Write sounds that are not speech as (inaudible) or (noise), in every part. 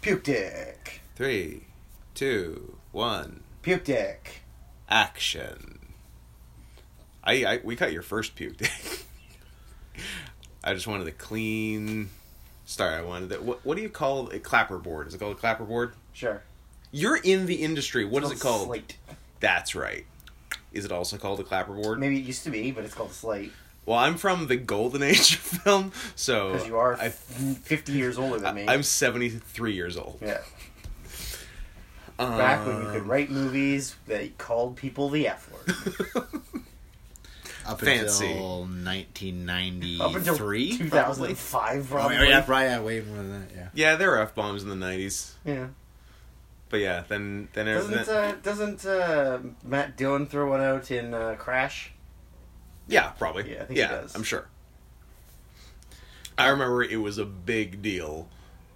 Puke dick. Three, two, one, Puke dick. action. I, I we cut your first puke. (laughs) I just wanted the clean start. I wanted that. What, what do you call a clapperboard? Is it called a clapperboard? Sure. You're in the industry. What is it called? Slate. That's right. Is it also called a clapperboard? Maybe it used to be, but it's called slate Well, I'm from the golden (laughs) age of film, so because you are Oh, I, f- fifty years older than me. I, am 73 years old. yeah. Back when you could Um, write movies that called people the F (laughs) word. Up Fancy. Up until until E 1993. probably. 2005, Oh, probably. yeah, probably yeah, way more than that. Yeah. Yeah, there were f bombs in the 90s, Yeah. but yeah, then then there- Doesn't then- uh, doesn't uh, Matt Dillon throw one out in uh, Crash? yeah, probably. Yeah, I think he does. I'm sure. I remember it was a big deal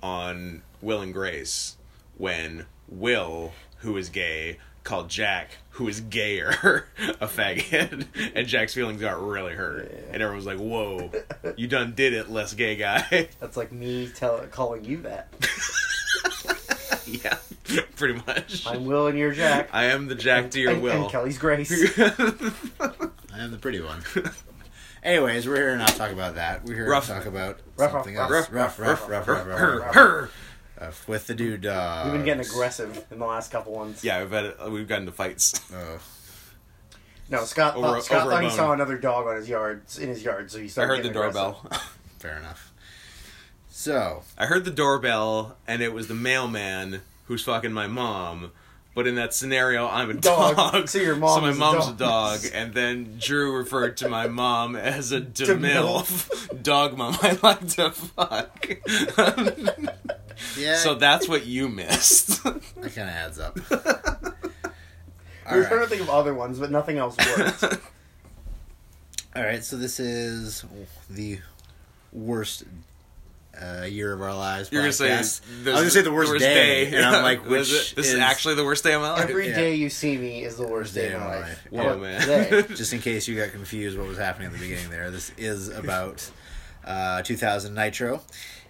on Will and Grace when Will, who is gay, called Jack, who is gayer, (laughs) a faggot, (laughs) and Jack's feelings got really hurt, Yeah. and everyone was like, "Whoa, you done did it, less gay guy." (laughs) That's like me tell- calling you that. yeah, (laughs) pretty much. I'm Will and you're (laughs) Jack. I am the Jack to your and, Will. And (laughs) Kelly's Grace. I am the pretty one. (laughs) Anyways, we're here to not talk about that. We're here Rough. to talk about Rough, something rough, else. rough, Rough, rough, rough, rough, rough, rough, rough. Uh, with the dude. Uh, We've been getting aggressive in the last couple ones. Yeah, we've had we've gotten to fights. Uh, No, Scott. Over- thought, Scott over a thought he bone. saw another dog on his yard in his yard, so he I started. heard the getting aggressive. doorbell. fair enough. So I heard the doorbell, and it was the mailman who's fucking my mom. But in that scenario, I'm a Dog. (laughs) dog. So your mom my is a mom's a dog. dog. And then Drew referred to my mom (laughs) as a DeMilf. DeMilf. (laughs) dog mom, I like to fuck. (laughs) yeah, so that's what you missed. (laughs) that kind of adds (laughs) up. We were trying to think of other ones, but nothing else (laughs) worked. All right, so this is the worst uh, year of our lives. You're gonna say podcast. this I was gonna is say the worst, day, and I'm like, This which (laughs) is- this is, actually the worst day of my life. Every Yeah. day you see me is the worst day, Day of my of my life. life. Whoa, But man. (laughs) today- just in case you got confused what was happening at the beginning there. This is about uh, 2000 Nitro,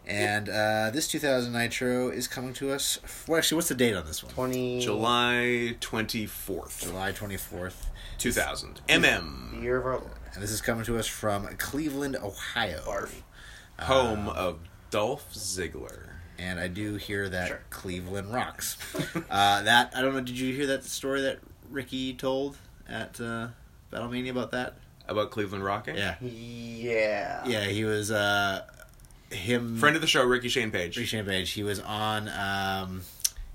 and uh, this 2000 Nitro is coming to us. Well, actually, what's the date on this one? Twenty July 24th, July 24th, 2000. MM. the year of our life. and this is coming to us from Cleveland, Ohio. Uh, home of Dolph Ziggler. and I do hear that Sure. Cleveland (laughs) rocks. uh, that I don't know. Did you hear that story that Ricky told at uh, Battlemania about that? About Cleveland rocking? Yeah, Yeah. yeah. He was uh, him. Friend of the show, Ricky Shane Page. Ricky Shane Page. He was on. Um,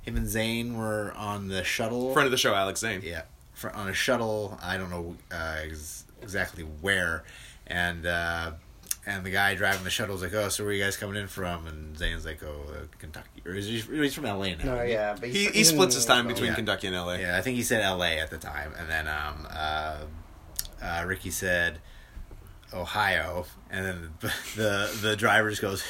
him and Zane were on the shuttle. Friend of the show, Alex Zane. yeah, fr- on a shuttle. I don't know uh, ex- exactly where, and uh, and the guy driving the shuttle was like, "Oh, so where are you guys coming in from?" And Zane's like, "Oh, uh, Kentucky." Or is he, he's from L.A. now. No, yeah. But He, he's- he splits his time Yeah. between Yeah. Kentucky and (laughs) LA. Yeah, I think he said L.A. at the time, and then um, uh, uh, Ricky said Ohio, and then (laughs) the the, the driver just goes,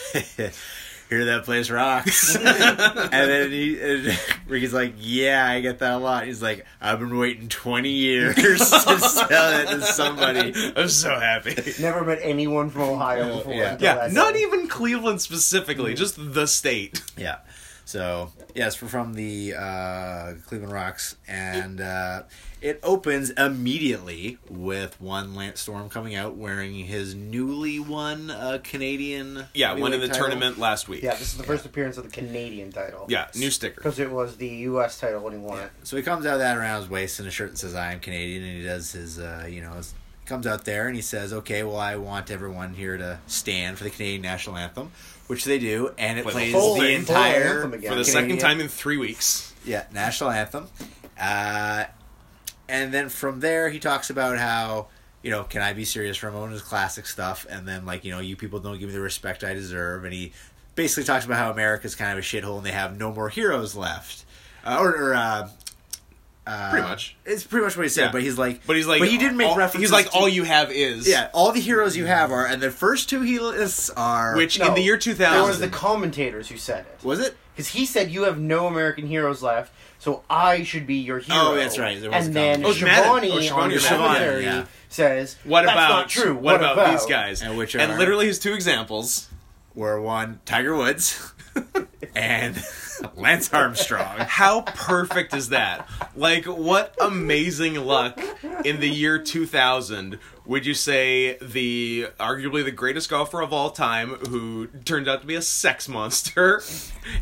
(laughs) "Hear that place rocks," (laughs) and then he, and (laughs) Ricky's like, "Yeah, I get that a lot." He's like, "I've been waiting twenty years (laughs) to sell it to somebody." (laughs) I'm so (laughs) happy. Never met anyone from Ohio before. Yeah. until Yeah, that not day. even Cleveland specifically, Mm-hmm. just the (laughs) state. Yeah. So yes, we're from the uh, Cleveland Rocks, and uh, it opens immediately with one Lance Storm coming out wearing his newly won uh, Canadian. Yeah, won in the heavyweight title. tournament last week. Yeah, this is the first appearance of the Canadian title. Yeah, new sticker. Because it was the U.S. title when he won it. So he comes out of that around his waist in a shirt that says "I am Canadian," and he does his, uh, you know, his, comes out there and he says, "Okay, well, I want everyone here to stand for the Canadian national anthem," which they do, and it Play the plays full- full the entire anthem again. For the Canadian- second time in three weeks. Yeah, national anthem. Uh, and then from there, he talks about how, you know, can I be serious for a moment? His classic stuff. And then, like, you know, you people don't give me the respect I deserve. And he basically talks about how America's kind of a shithole and they have no more heroes left. Uh, or, or uh, uh, Pretty much. It's pretty much what he said, Yeah. but he's like, But he's like, but he did make all, references. He's like, to- all you have is. yeah, all the heroes you have are, and the first two he lists are, Which No, in the year There was 2000. the commentators who said it. was it? Because he said you have no American heroes left, so I should be your hero. Oh, that's right, there was a and then comment. Oh, Shivani, Shivani. Oh, Shivani on your was Shivani, commentary yeah. says, what "That's about not true? What, about, these guys? And which are- literally his two examples. (laughs) Where one, Tiger Woods. and (laughs) Lance Armstrong. How perfect is that? Like, what amazing luck in the year 2000 would you say the arguably the greatest golfer of all time, who turned out to be a sex monster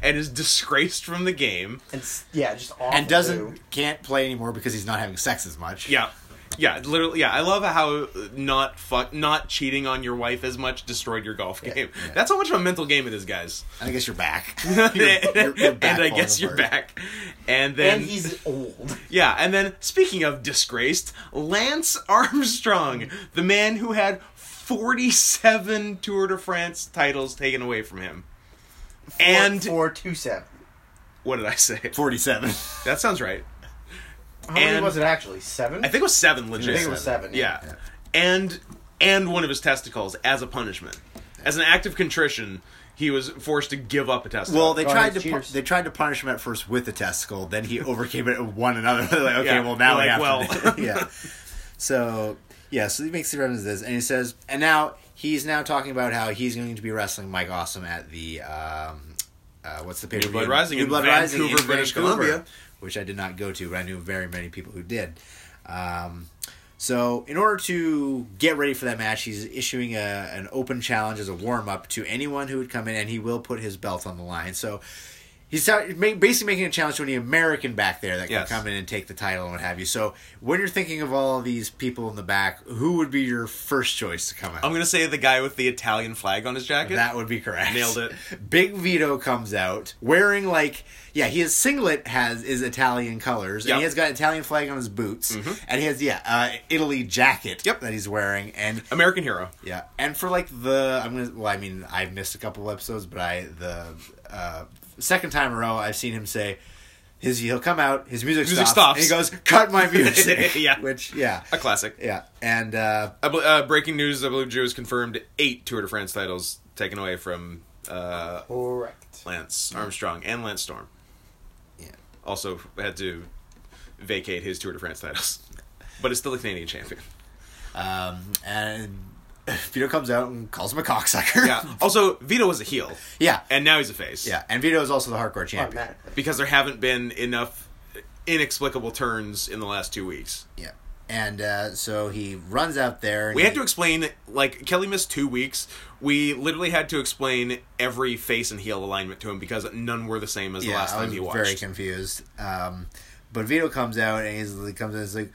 and is disgraced from the game? And s- yeah, just awful. And doesn't too. can't play anymore because he's not having sex as much. Yeah. Yeah, literally. Yeah, I love how not fu- not cheating on your wife as much destroyed your golf game. That's how much of a mental game it is, guys. And I guess (laughs) you're back. and I falling guess you're apart. back. And then And he's old. Yeah, and then speaking of disgraced, Lance (laughs) Armstrong, the man who had 47 Tour de France titles taken away from him. (laughs) And four two seven. what did I say? Forty-seven. That sounds right. How many And- was it actually? Seven. I think it was 7 legit. I think it was seven. Yeah. And and one of his testicles as a punishment. As an act of contrition, he was forced to give up a testicle. Well, they Go tried ahead, to pu- cheers. they tried to punish him at first with the testicle. Then he overcame it with one another. (laughs) They're like, okay, Yeah, well now they're we have like, to. (laughs) yeah. So yeah, so he makes the reference to this, and he says, and now he's now talking about how he's going to be wrestling Mike Awesome at the um, uh, what's the paper? Blood Rising in Vancouver, British Columbia. which I did not go to, but I knew very many people who did. Um, so, in order to get ready for that match, he's issuing a, an open challenge as a warm up to anyone who would come in, and he will put his belt on the line. So, he's out- ma- basically making a challenge to any American back there that can Yes. come in and take the title and what have you. So, when you're thinking of all these people in the back, who would be your first choice to come out? I'm going to say the guy with the Italian flag on his jacket. That would be correct. Nailed it. (laughs) Big Vito comes out wearing like yeah, he his singlet has is Italian colors and Yep. Mm-hmm. he has got an Italian flag on his boots and he has yeah, uh, Italy jacket Yep. that he's wearing and American hero. yeah, and for like the I'm gonna well I mean I've missed a couple episodes but I the uh, second time in a row I've seen him say. His, he'll come out. His music, Music stops, and he stops. goes, (laughs) "Cut my music." Yeah. which yeah, A classic. yeah, and uh, I bel- uh, breaking news: I believe Drew has confirmed eight Tour de France titles taken away from uh, Correct. Lance Armstrong and Lance Storm. Yeah. Also had to vacate his Tour de France titles, (laughs) but is still a Canadian champion. um, and (laughs) Vito comes out and calls him a cocksucker. (laughs) Yeah. (laughs) Also, Vito was a heel, yeah, and now he's a face. Yeah, and Vito is also the hardcore champion. Automatically. Because there haven't been enough inexplicable turns in the last two weeks. yeah, and uh, so he runs out there. And We had he- to explain, like, Kelly missed two weeks. We literally had to explain every face and heel alignment to him because none were the same as the yeah, last I time was he watched. very confused. Um, but Vito comes out and he's he comes in and is like,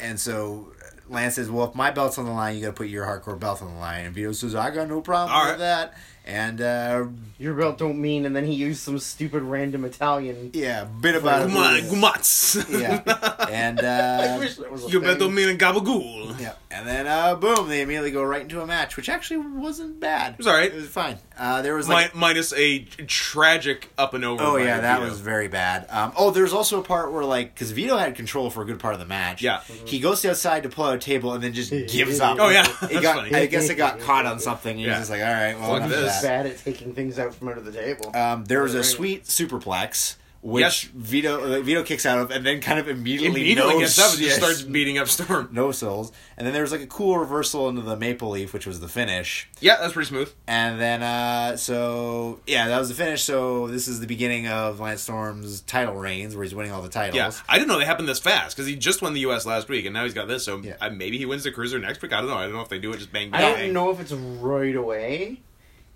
and so Lance says, "Well, if my belt's on the line, you got to put your hardcore belt on the line." And Vito says, "I got no problem All with right. that." And uh, Your belt don't mean, and then he used some stupid random (laughs) Italian. yeah, bit about Come on. Guma- Gumats. (laughs) yeah, and I uh, wish that was a You thing. better mean a gabagool. yeah, and then uh, boom, they immediately go right into a match, which actually wasn't bad. It was all right. It was fine. Uh, there was Mi- like minus a tragic up and over. Oh by yeah, that Vito. was very bad. Um, oh, there's also a part where like because Vito had control for a good part of the match. Yeah. he goes to the outside to pull out a table and then just gives up. Oh yeah, It that's got, funny. I guess it got caught on something. And Yeah. He's just like, all right, well, Fuck enough of this. that. bad at taking things out from under the table. Um, there was a Right. sweet superplex which Yes. Vito like, Vito kicks out of and then kind of immediately, immediately no, gets up and yes, just starts beating up Storm. no souls. And then there was like a cool reversal into the maple leaf, which was the finish. Yeah, that's pretty smooth. And then, uh, so yeah, that was the finish. So this is the beginning of Lance Storm's title reigns, where he's winning all the titles. Yeah, I didn't know they happened this fast because he just won the U.S. last week and now he's got this. So Yeah. I, maybe he wins the cruiser next week. I don't know. I don't know if they do it just bang I bang. don't know if it's right away,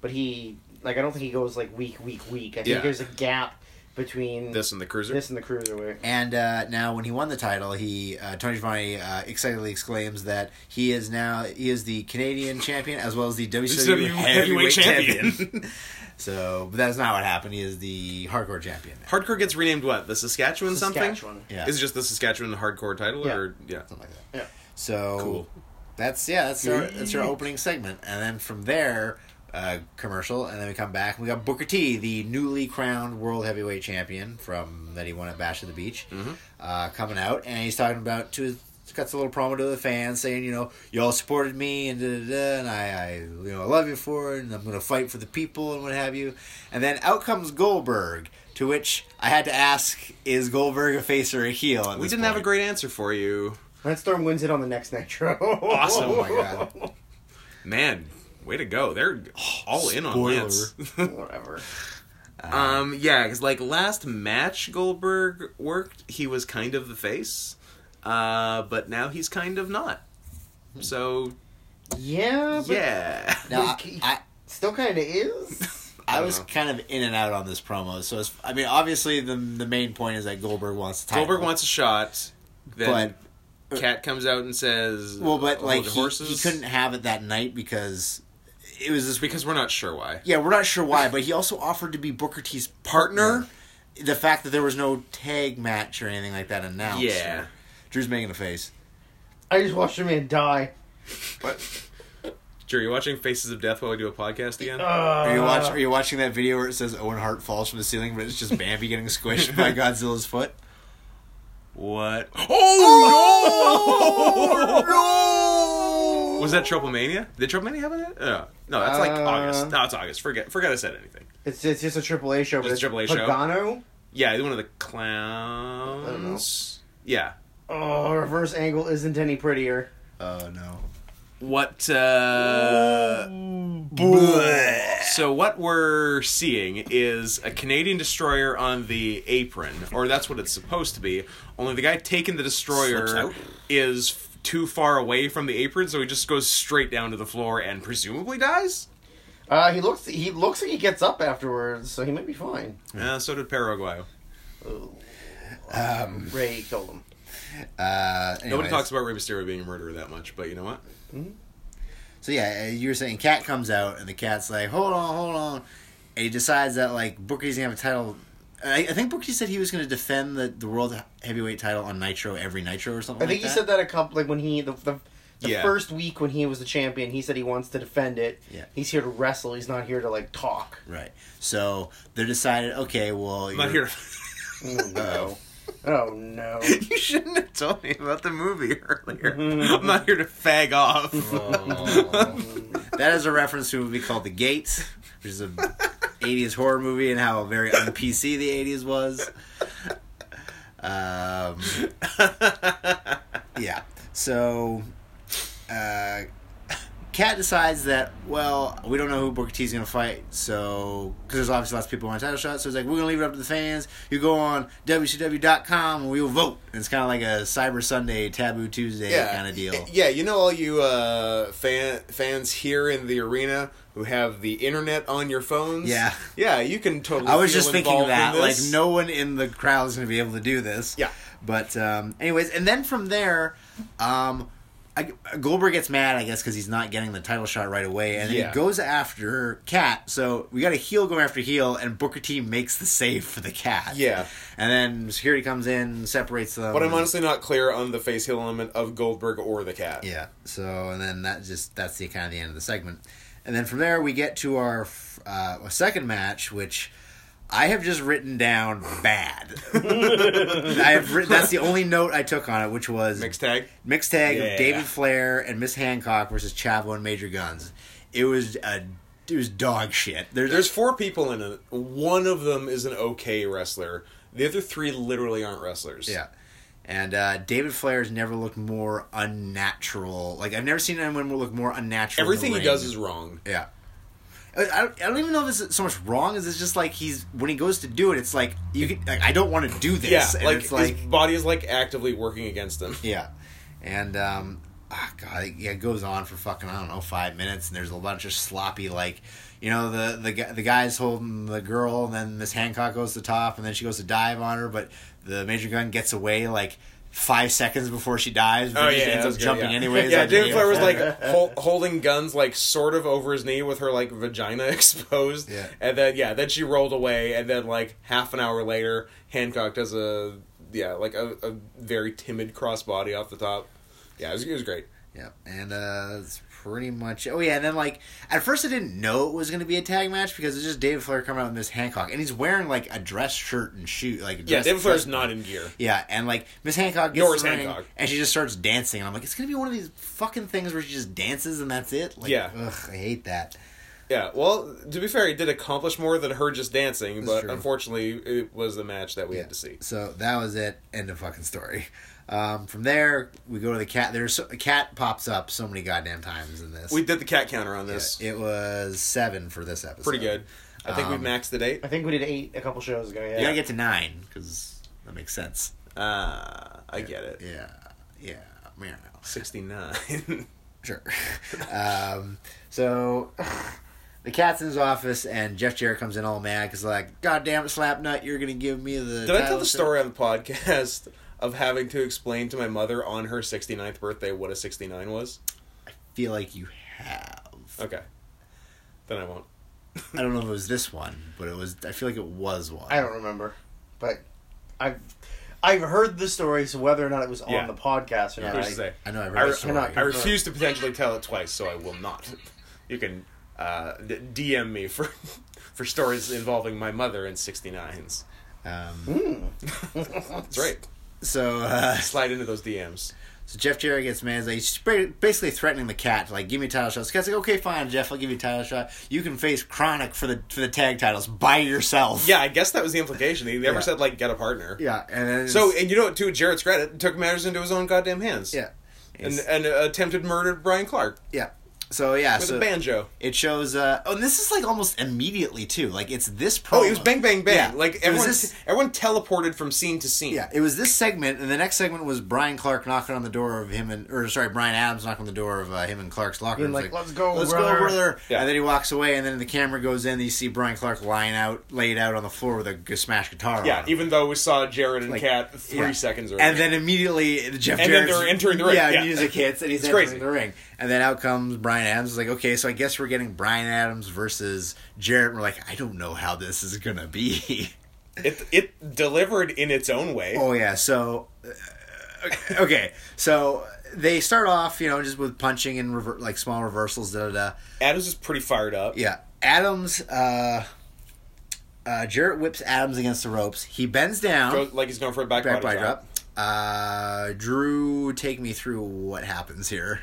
but he like I don't think he goes like week week week. I think Yeah. there's a gap between this and the cruiser. this and the cruiserweight. And uh, now, when he won the title, he uh, Tony Giovanni uh, excitedly exclaims that he is now he is the Canadian champion as well as the WCW WCW heavyweight heavyweight champion. champion. (laughs) so, but that's not what happened. He is the hardcore champion, now, Hardcore gets renamed what? The Saskatchewan, Saskatchewan. something. Yeah. Is it just the Saskatchewan hardcore title Yeah. or yeah? something like that. Yeah. So Cool. that's yeah, that's our that's our opening segment, and then from there. Uh, commercial, and then we come back. and We got Booker T, the newly crowned world heavyweight champion from that he won at Bash of the Beach, Mm-hmm. uh, coming out, and he's talking about to his cuts a little promo to the fans saying, you know, y'all supported me and da, da, da, and I, I you know I love you for it, and I'm gonna fight for the people and what have you, and then out comes Goldberg, to which I had to ask, is Goldberg a face or a heel? at We this didn't have a point? great answer for you, Lance Storm wins it on the next Nitro. Awesome. Oh my God. man. Way to go! They're all in on Lance. Spoiler. (laughs) Whatever. Um, yeah, because like last match Goldberg worked, he was kind of the face, uh, but now he's kind of not. So Yeah, but yeah, No, No, I- I, still kind of (laughs) is. I I don't was know. kind of in and out on this promo. So it's, I mean, obviously the the main point is that Goldberg wants the title. Goldberg wants a shot. Then Cat comes out and says, but well, but "Hold like the he, he couldn't have it that night because it was this. because we're not sure why." Yeah, we're not sure why, but he also offered to be Booker T's partner. The fact that there was no tag match or anything like that announced. Yeah. Drew's making a face. I just watched a man die. What? Drew, you watching Faces of Death while we do a podcast again? Are you watch, Uh, Are you watching that video where it says Owen Hart falls from the ceiling, but it's just Bambi getting (laughs) squished by Godzilla's foot? What? Oh, (laughs) no! no! Was that Tropomania? Did Tropomania have it? No, no, that's like Oh, Uh, August. No, it's August. Forget, forget I said anything. It's it's just a Triple A show. But Just a it's Triple A show? Pagano. Yeah, one of the I don't know. clowns. Yeah. Oh, reverse angle isn't any prettier. Oh no! What? uh... So what we're seeing is a Canadian destroyer on the apron, or that's what it's supposed to be. Only the guy taking the Slips destroyer out. is f- too far away from the apron, so he just goes straight down to the floor and presumably dies. Uh, he looks he looks like he gets up afterwards, so he might be fine. Uh, so did Paraguay. Um. Ray killed him. Uh. Nobody anyways. talks about Rey Mysterio being a murderer that much, but you know what? So yeah, uh, you were saying cat comes out and the cat's like, hold on, hold on, and he decides that like Booker's gonna have a title. I, I think Booker T said he was gonna defend the, the world heavyweight title on Nitro every Nitro or something. I think like he said that a couple like when he the the, the Yeah. first week when he was the champion, he said he wants to defend it. Yeah. He's here to wrestle. He's not here to like talk. Right. So they decided, okay, well, I'm not here. (laughs) (laughs) Oh no. oh no. you shouldn't have told me about the movie earlier. (laughs) I'm not here to fag off. (laughs) that is a reference to a movie called The Gates, which is a '80s horror movie, and how very un PC the '80s was. Um, yeah. So, uh, Kat decides that well, we don't know who Booker T's gonna fight, so because there's obviously lots of people who want a title shot, so it's like we're gonna leave it up to the fans. You go on WCW.com and we will vote. And it's kind of like a Cyber Sunday, Taboo Tuesday kind of deal. Yeah, you know all you uh, fan fans here in the arena who have the internet on your phones. Yeah. yeah, you can totally. I was feel just thinking involved in that. Like, this. no one in the crowd is going to be able to do this. Yeah. But, um, anyways, and then from there, um, I, Goldberg gets mad, I guess, because he's not getting the title shot right away, and then Yeah. he goes after Cat. So we got a heel going after heel, and Booker T makes the save for the Cat. Yeah. And then security comes in, separates them. But I'm honestly not clear on the face heel element of Goldberg or the cat. Yeah. So and then that just that's the kind of the end of the segment, and then from there we get to our f- uh, our second match, which I have just written down bad. (laughs) I have written, that's the only note I took on it, which was Mixed tag. mixed tag Yeah. of David Flair and Miss Hancock versus Chavo and Major Guns. It was a it was dog shit. There's, There's four people in it. One of them is an okay wrestler. The other three literally aren't wrestlers. yeah. And uh, David Flair has never looked more unnatural. Like I've never seen anyone look more unnatural. in the Everything he does ring. is wrong. Yeah. I I don't, I don't even know if this is so much wrong as it's just like he's when he goes to do it, it's like you can, like I don't want to do this. Yeah, and like, it's like his body is like actively working against him. yeah, and um, ah, God, it, yeah, it goes on for fucking I don't know five minutes, and there's a bunch of sloppy like, you know the the gu- the guy's holding the girl, and then Miss Hancock goes to top, and then she goes to dive on her, but the Major Gun gets away like. Five seconds before she dives, but he ends that up was good, jumping Oh, yeah. anyways. Yeah, on the David Flair was apron. like (laughs) hol- holding guns like sort of over his knee with her like vagina (laughs) exposed. Yeah. And then yeah, then she rolled away, and then like half an hour later, Hancock does a yeah like a, a very timid crossbody off the top. Yeah, it was, it was great. Yep, and uh, that's pretty much. Oh yeah, and then like at first I didn't know it was gonna be a tag match because it's just David Flair coming out with Miss Hancock, and he's wearing like a dress shirt and shoe like. Yeah, Dress, David Flair's dress- not in gear. Yeah, and like Miss Hancock gets Nor the is ring, Hancock. and she just starts dancing, and I'm like, it's gonna be one of these fucking things where she just dances and that's it. Like, Yeah. ugh, I hate that. Yeah, well, to be fair, he did accomplish more than her just dancing, but true. unfortunately, it was the match that we Yeah. had to see. So that was it. End of fucking story. Um, from there, we go to the cat. There's so, a cat pops up so many goddamn times in this. We did the cat counter on this. it was seven for this episode. Pretty good. I think Um, we've maxed the date. I think we did eight a couple shows ago. Yeah. You gotta get to nine because that makes sense. Ah, I get it. Yeah, yeah, yeah. (laughs) 69. Sure. (laughs) um, so (sighs) the cat's in his office, and Jeff Jarrett comes in all mad because like, God damn it, Slapnut, you're gonna give me the. Did I title tell the of story on the podcast of having to explain to my mother on her 69th birthday what a 69 was? Feel like you have. Okay. Then I won't. I don't know if it was this one, but it was. I feel like it was one. I don't remember, but I've I've heard the story. So whether or not it was Yeah. on the podcast or Yeah, not, Who's I- to say? I know. I I, read the re- story. cannot- I refuse to potentially tell it twice, so I will not. (laughs) You can uh, d- DM me for (laughs) for stories involving my mother and 69s. Um, That's right. so, uh, Slide into those DMs. so Jeff Jarrett gets mad. He's like, he's ba- basically threatening the cat to like, give me a title shot. The cat's like, okay, fine, Jeff, I'll give you a title shot. You can face Chronic for the for the tag titles by yourself. Yeah, I guess that was the implication. He never Yeah. said, like, get a partner. yeah, and then So, it's- and you know what, to Jared's credit, took matters into his own goddamn hands. yeah, And, It's- and uh, attempted murder of Brian Clark yeah. So yeah, with so a banjo. it shows. Uh, oh, and this is like almost immediately too. Like it's this. Promo. Oh, it was bang, bang, bang. Yeah. Like, It was everyone, this- everyone teleported from scene to scene. Yeah, it was this segment, and the next segment was Brian Clark knocking on the door of him and, or sorry, Brian Adams knocking on the door of uh, him and Clark's locker. Being like, It's "Let's go, let's brother." go, brother. Yeah. And then he walks away, and then the camera goes in, and you see Brian Clark lying out, laid out on the floor with a g- smashed guitar. on Yeah, him. even though we saw Jared and Like, Kat three yeah. seconds earlier. And then immediately Jeff And then Jarrett's- they're entering the ring. Yeah, Yeah. music hits and he's It's entering crazy. the ring. And then out comes Brian Adams. It's like, okay, so I guess we're getting Brian Adams versus Jarrett. We're like, I don't know how this is gonna be. (laughs) it it delivered in its own way. Oh yeah, so uh, okay, so they start off, you know, just with punching and rever- like small reversals, da da da. Adams is pretty fired up. Yeah, Adams, uh, uh, Jarrett whips Adams against the ropes. He bends down, Goes- like he's going for a back, back body body drop. drop. Uh, Drew, take me through what happens here.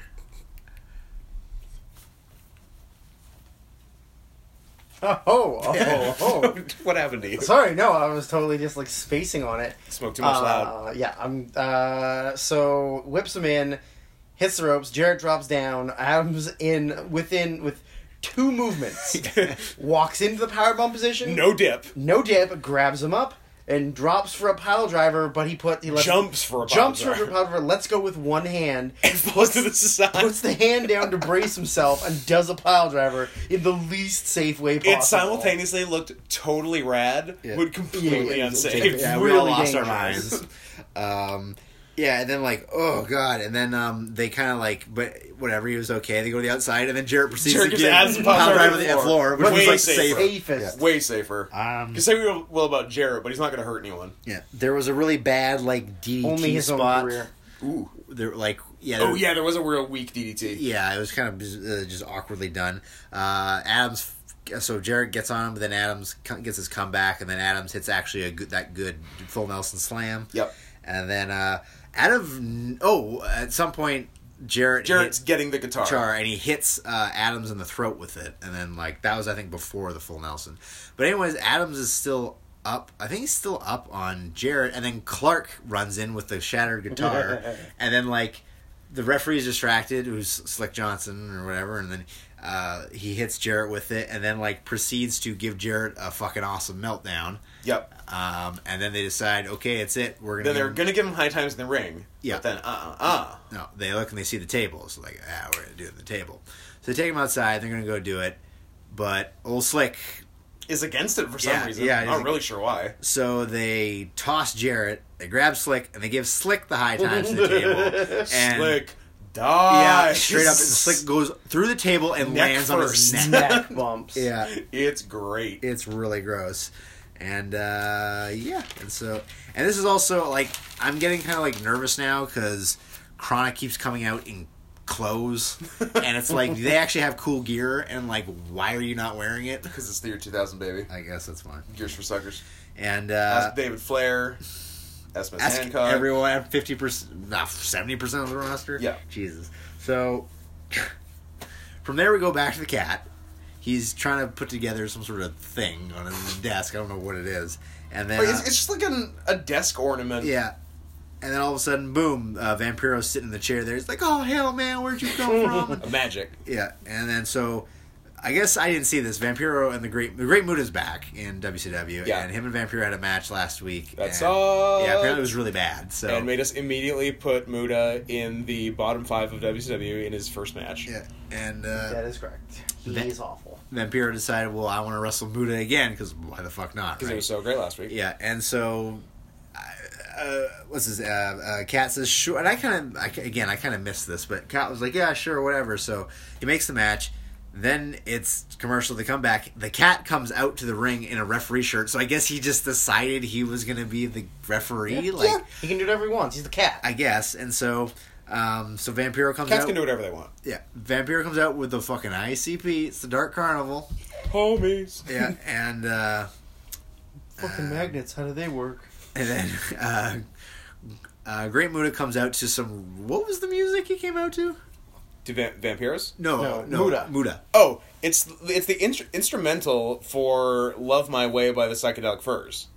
(laughs) Oh, oh, oh, oh. (laughs) what happened to you? Sorry, no, I was totally just like spacing on it. Smoke too much Uh, loud. Yeah, I'm. Uh, so whips him in, hits the ropes. Jared drops down. Adams in within with two (laughs) movements, walks into the power bomb position. No dip. no dip, grabs him up and drops for a pile driver. But he put he lets, Jumps for a pile jumps for (laughs) driver. a pile driver. Let's go with one hand. And falls to the side. Puts the hand down to brace himself and does a pile driver in the least safe way possible. It simultaneously looked totally rad, Yeah. but completely Yeah, yeah, unsafe. yeah. yeah, we really all lost our dangerous. minds. um, yeah, and then like, oh god, and then um, they kind of like, but whatever, he was okay. They go to the outside, and then Jarrett proceeds Jarrett to gives get Adams a pile pile driver driver to to the the floor. floor, which was Way like safer. safer. Safest. Way safer. Um, Can say we will well about Jarrett, but he's not going to hurt anyone. Yeah, there was a really bad like DDT Only his spot. own career. Ooh. There, like, yeah, Oh there- yeah, there was a real weak DDT. yeah, it was kind of uh, just awkwardly done. Uh, Adams, so Jarrett gets on him, but then Adams co- gets his comeback, and then Adams hits actually a good, that good full Nelson slam. Yep. And then uh, out of n- oh, at some point Jarrett Jarrett's hits getting the guitar. Char and he hits uh, Adams in the throat with it, and then like that was I think before the full Nelson. But anyways, Adams is still up. I think he's still up on Jarrett, and then Clark runs in with the shattered guitar, (laughs) and then like the referee is distracted, who's Slick Johnson or whatever, and then. Uh, he hits Jarrett with it, and then like proceeds to give Jarrett a fucking awesome meltdown. Yep. Um, and then they decide, okay, it's it. We're gonna Then they're give him- going to give him high times in the ring. Yeah. But then uh uh uh. No, they look and they see the table. It's like, ah, we're gonna do it at the table. So they take him outside. They're gonna go do it, but old slick. Is against it for some Yeah, reason. yeah, I'm he's not ag- really sure why. So they toss Jarrett. They grab Slick and they give Slick the high times to (laughs) the table. And Slick yeah, dies. straight up. Slick goes through the table and Neck lands on (laughs) first. his neck. Neck bumps. yeah, (laughs) It's great. it's really gross. And uh, yeah, and so and this is also like I'm getting kind of like nervous now because Chronic keeps coming out in (laughs) clothes, and it's like they actually have cool gear, and like why are you not wearing it? Because it's the year 2000, baby. I guess that's fine. Gears for Suckers. And Ask uh, David Flair. Ask Miss ask Hancock. everyone fifty percent, not seventy percent of the roster. Yeah. Jesus. So from there we go back to the cat. He's trying to put together some sort of thing on his desk. I don't know what it is. And then Like, uh, it's, it's just like an, a desk ornament. Yeah. And then all of a sudden, boom, uh, (laughs) Vampiro's sitting in the chair there. He's like, oh, hell, man, where'd you come from? Of magic. yeah. And then so I guess I didn't see this. Vampiro and the Great the Great Mood is back in WCW, Yeah. and him and Vampiro had a match last week. That and- sucked. Yeah, apparently it was really bad. So and made us immediately put Muda in the bottom five of WCW in his first match. yeah, and that uh, is correct. He That- is awful. Vampiro decided, well, I want to wrestle Muda again because why the fuck not? Because right? it was so great last week. Yeah, and so, I- uh, what's his? Uh, uh, Cat says sure, and I kind of, I, again, I kind of missed this, but Cat was like, yeah, sure, whatever. So he makes the match. Then it's commercial. They come back. The cat comes out to the ring in a referee shirt. So I guess he just decided he was gonna be the referee. like yeah, he can do whatever he wants. He's the cat. I guess. And so, um, so Vampiro comes Cats out. can do whatever they want. yeah, Vampiro comes out with the fucking ICP. It's the Dark Carnival. Homies. (laughs) Yeah, and. uh Fucking magnets. How do they work? And then uh, uh, Great Muda comes out to some. What was the music he came out to? Do va- Vampiros? No, No, no, Muda. Muda. Oh, it's it's the instr- instrumental for "Love My Way" by the Psychedelic Furs.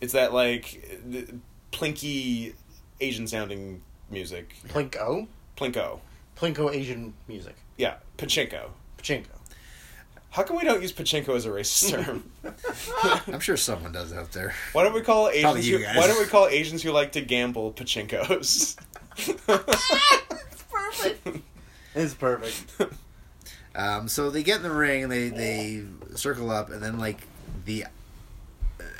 It's that like th- plinky Asian sounding music, Plinko? plinko. Plinko Asian music. Yeah, pachinko. Pachinko. How come we don't use pachinko as a (laughs) racist term? I'm sure someone does out there. Why don't we call Probably Asians? Who, you guys. why don't we call Asians who like to gamble (laughs) pachinkos? It's perfect. Um, so they get in the ring and they they circle up and then like the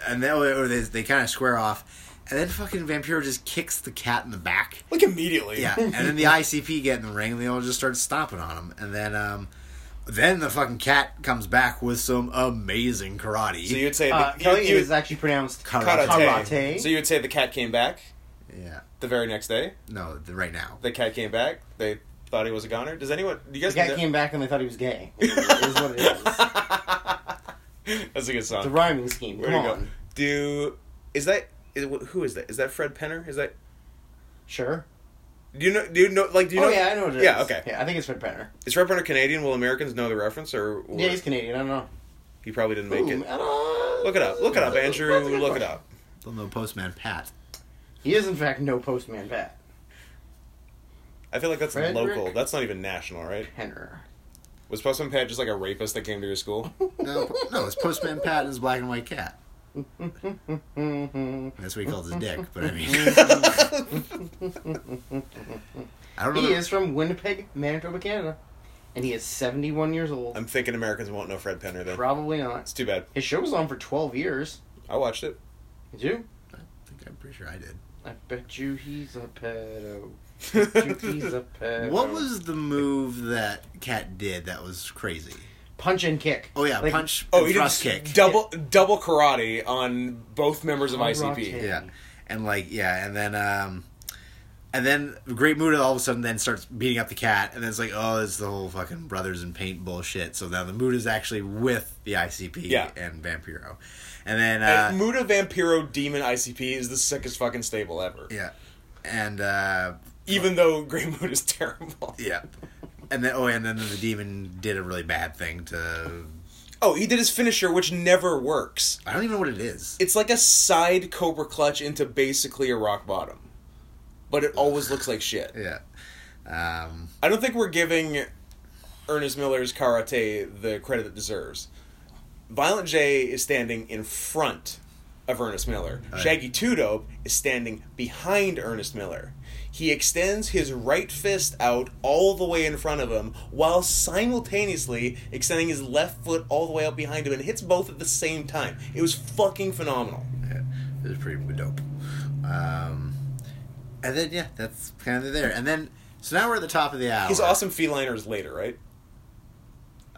and they or they they kind of square off and then fucking Vampiro just kicks the cat in the back. like immediately. Yeah, and then the ICP get in the ring and they all just start stomping on him and then um then the fucking cat comes back with some amazing karate. So you'd say the, Uh, you- Kelly you- is actually pronounced Karate. karate. karate. So you would say the cat came back yeah. the very next day. No, the, right now. The cat came back. They thought he was a goner. Does anyone? Do you the guys? cat came back and they thought he was (laughs) gay. is what it is. That's a The good song. rhyming scheme. Where Come do you go? on. Do is that is, who is that? Is that Fred Penner? Is that Sure. do you know? Do you know? Like do you oh, know? yeah, I know what it is. Yeah, okay. Yeah, I think it's Fred Penner. Is Fred Penner Canadian? Will Americans know the reference or? or- Yeah, he's Canadian. I don't know. he probably didn't make Ooh, it. I don't- Look it up. Look it up, That's a Andrew. good Look it question. up. Don't know Postman Pat. He is, in fact, no postman Pat. I feel like that's Frederick? local. That's not even national, right? Penner. Was Postman Pat just like a rapist that came to (laughs) your school? No, po- no, it's Postman Pat and his black and white cat. Mm-hmm. That's what he calls his dick, but I mean, (laughs) I don't know. He the- is from Winnipeg, Manitoba, Canada. And he is 71 years old. I'm thinking Americans won't know Fred Penner then. Probably not. It's too bad. His show was on for 12 years. I watched it. Did you? I think I'm pretty sure I did. I bet you he's a pedo. Bet you he's a Uh, pedo. (laughs) What was the move that Cat did that was crazy? punch and kick? Oh yeah, Like, punch, Oh, oh, he did thrust kick. kick. double double karate on both members of ICP. Karate. yeah, and like yeah, and then um, and then Great Muda all of a sudden then starts beating up the cat, and then it's like oh, it's the whole fucking brothers in paint bullshit. So now the Muda's actually with the ICP Yeah. and Vampiro, and then uh, And Muda Vampiro Demon ICP is the sickest fucking stable ever. Yeah. And uh Even though (laughs) Grey Moon is terrible. yeah. And then oh and then the demon did a really bad thing to Oh, he did his finisher, which never works. I don't even know what it is. It's like a side cobra clutch into basically a rock bottom. But it always looks like shit. Yeah. Um I don't think we're giving Ernest Miller's karate the credit it deserves. Violent J is standing in front of Ernest Miller. Shaggy Two Dope is standing behind Ernest Miller. He extends his right fist out all the way in front of him while simultaneously extending his left foot all the way up behind him and hits both at the same time. It was fucking phenomenal. yeah, it was pretty dope. Um and then yeah, that's kinda there. And then so now we're at the top of the hour. His awesome feliner is later, right?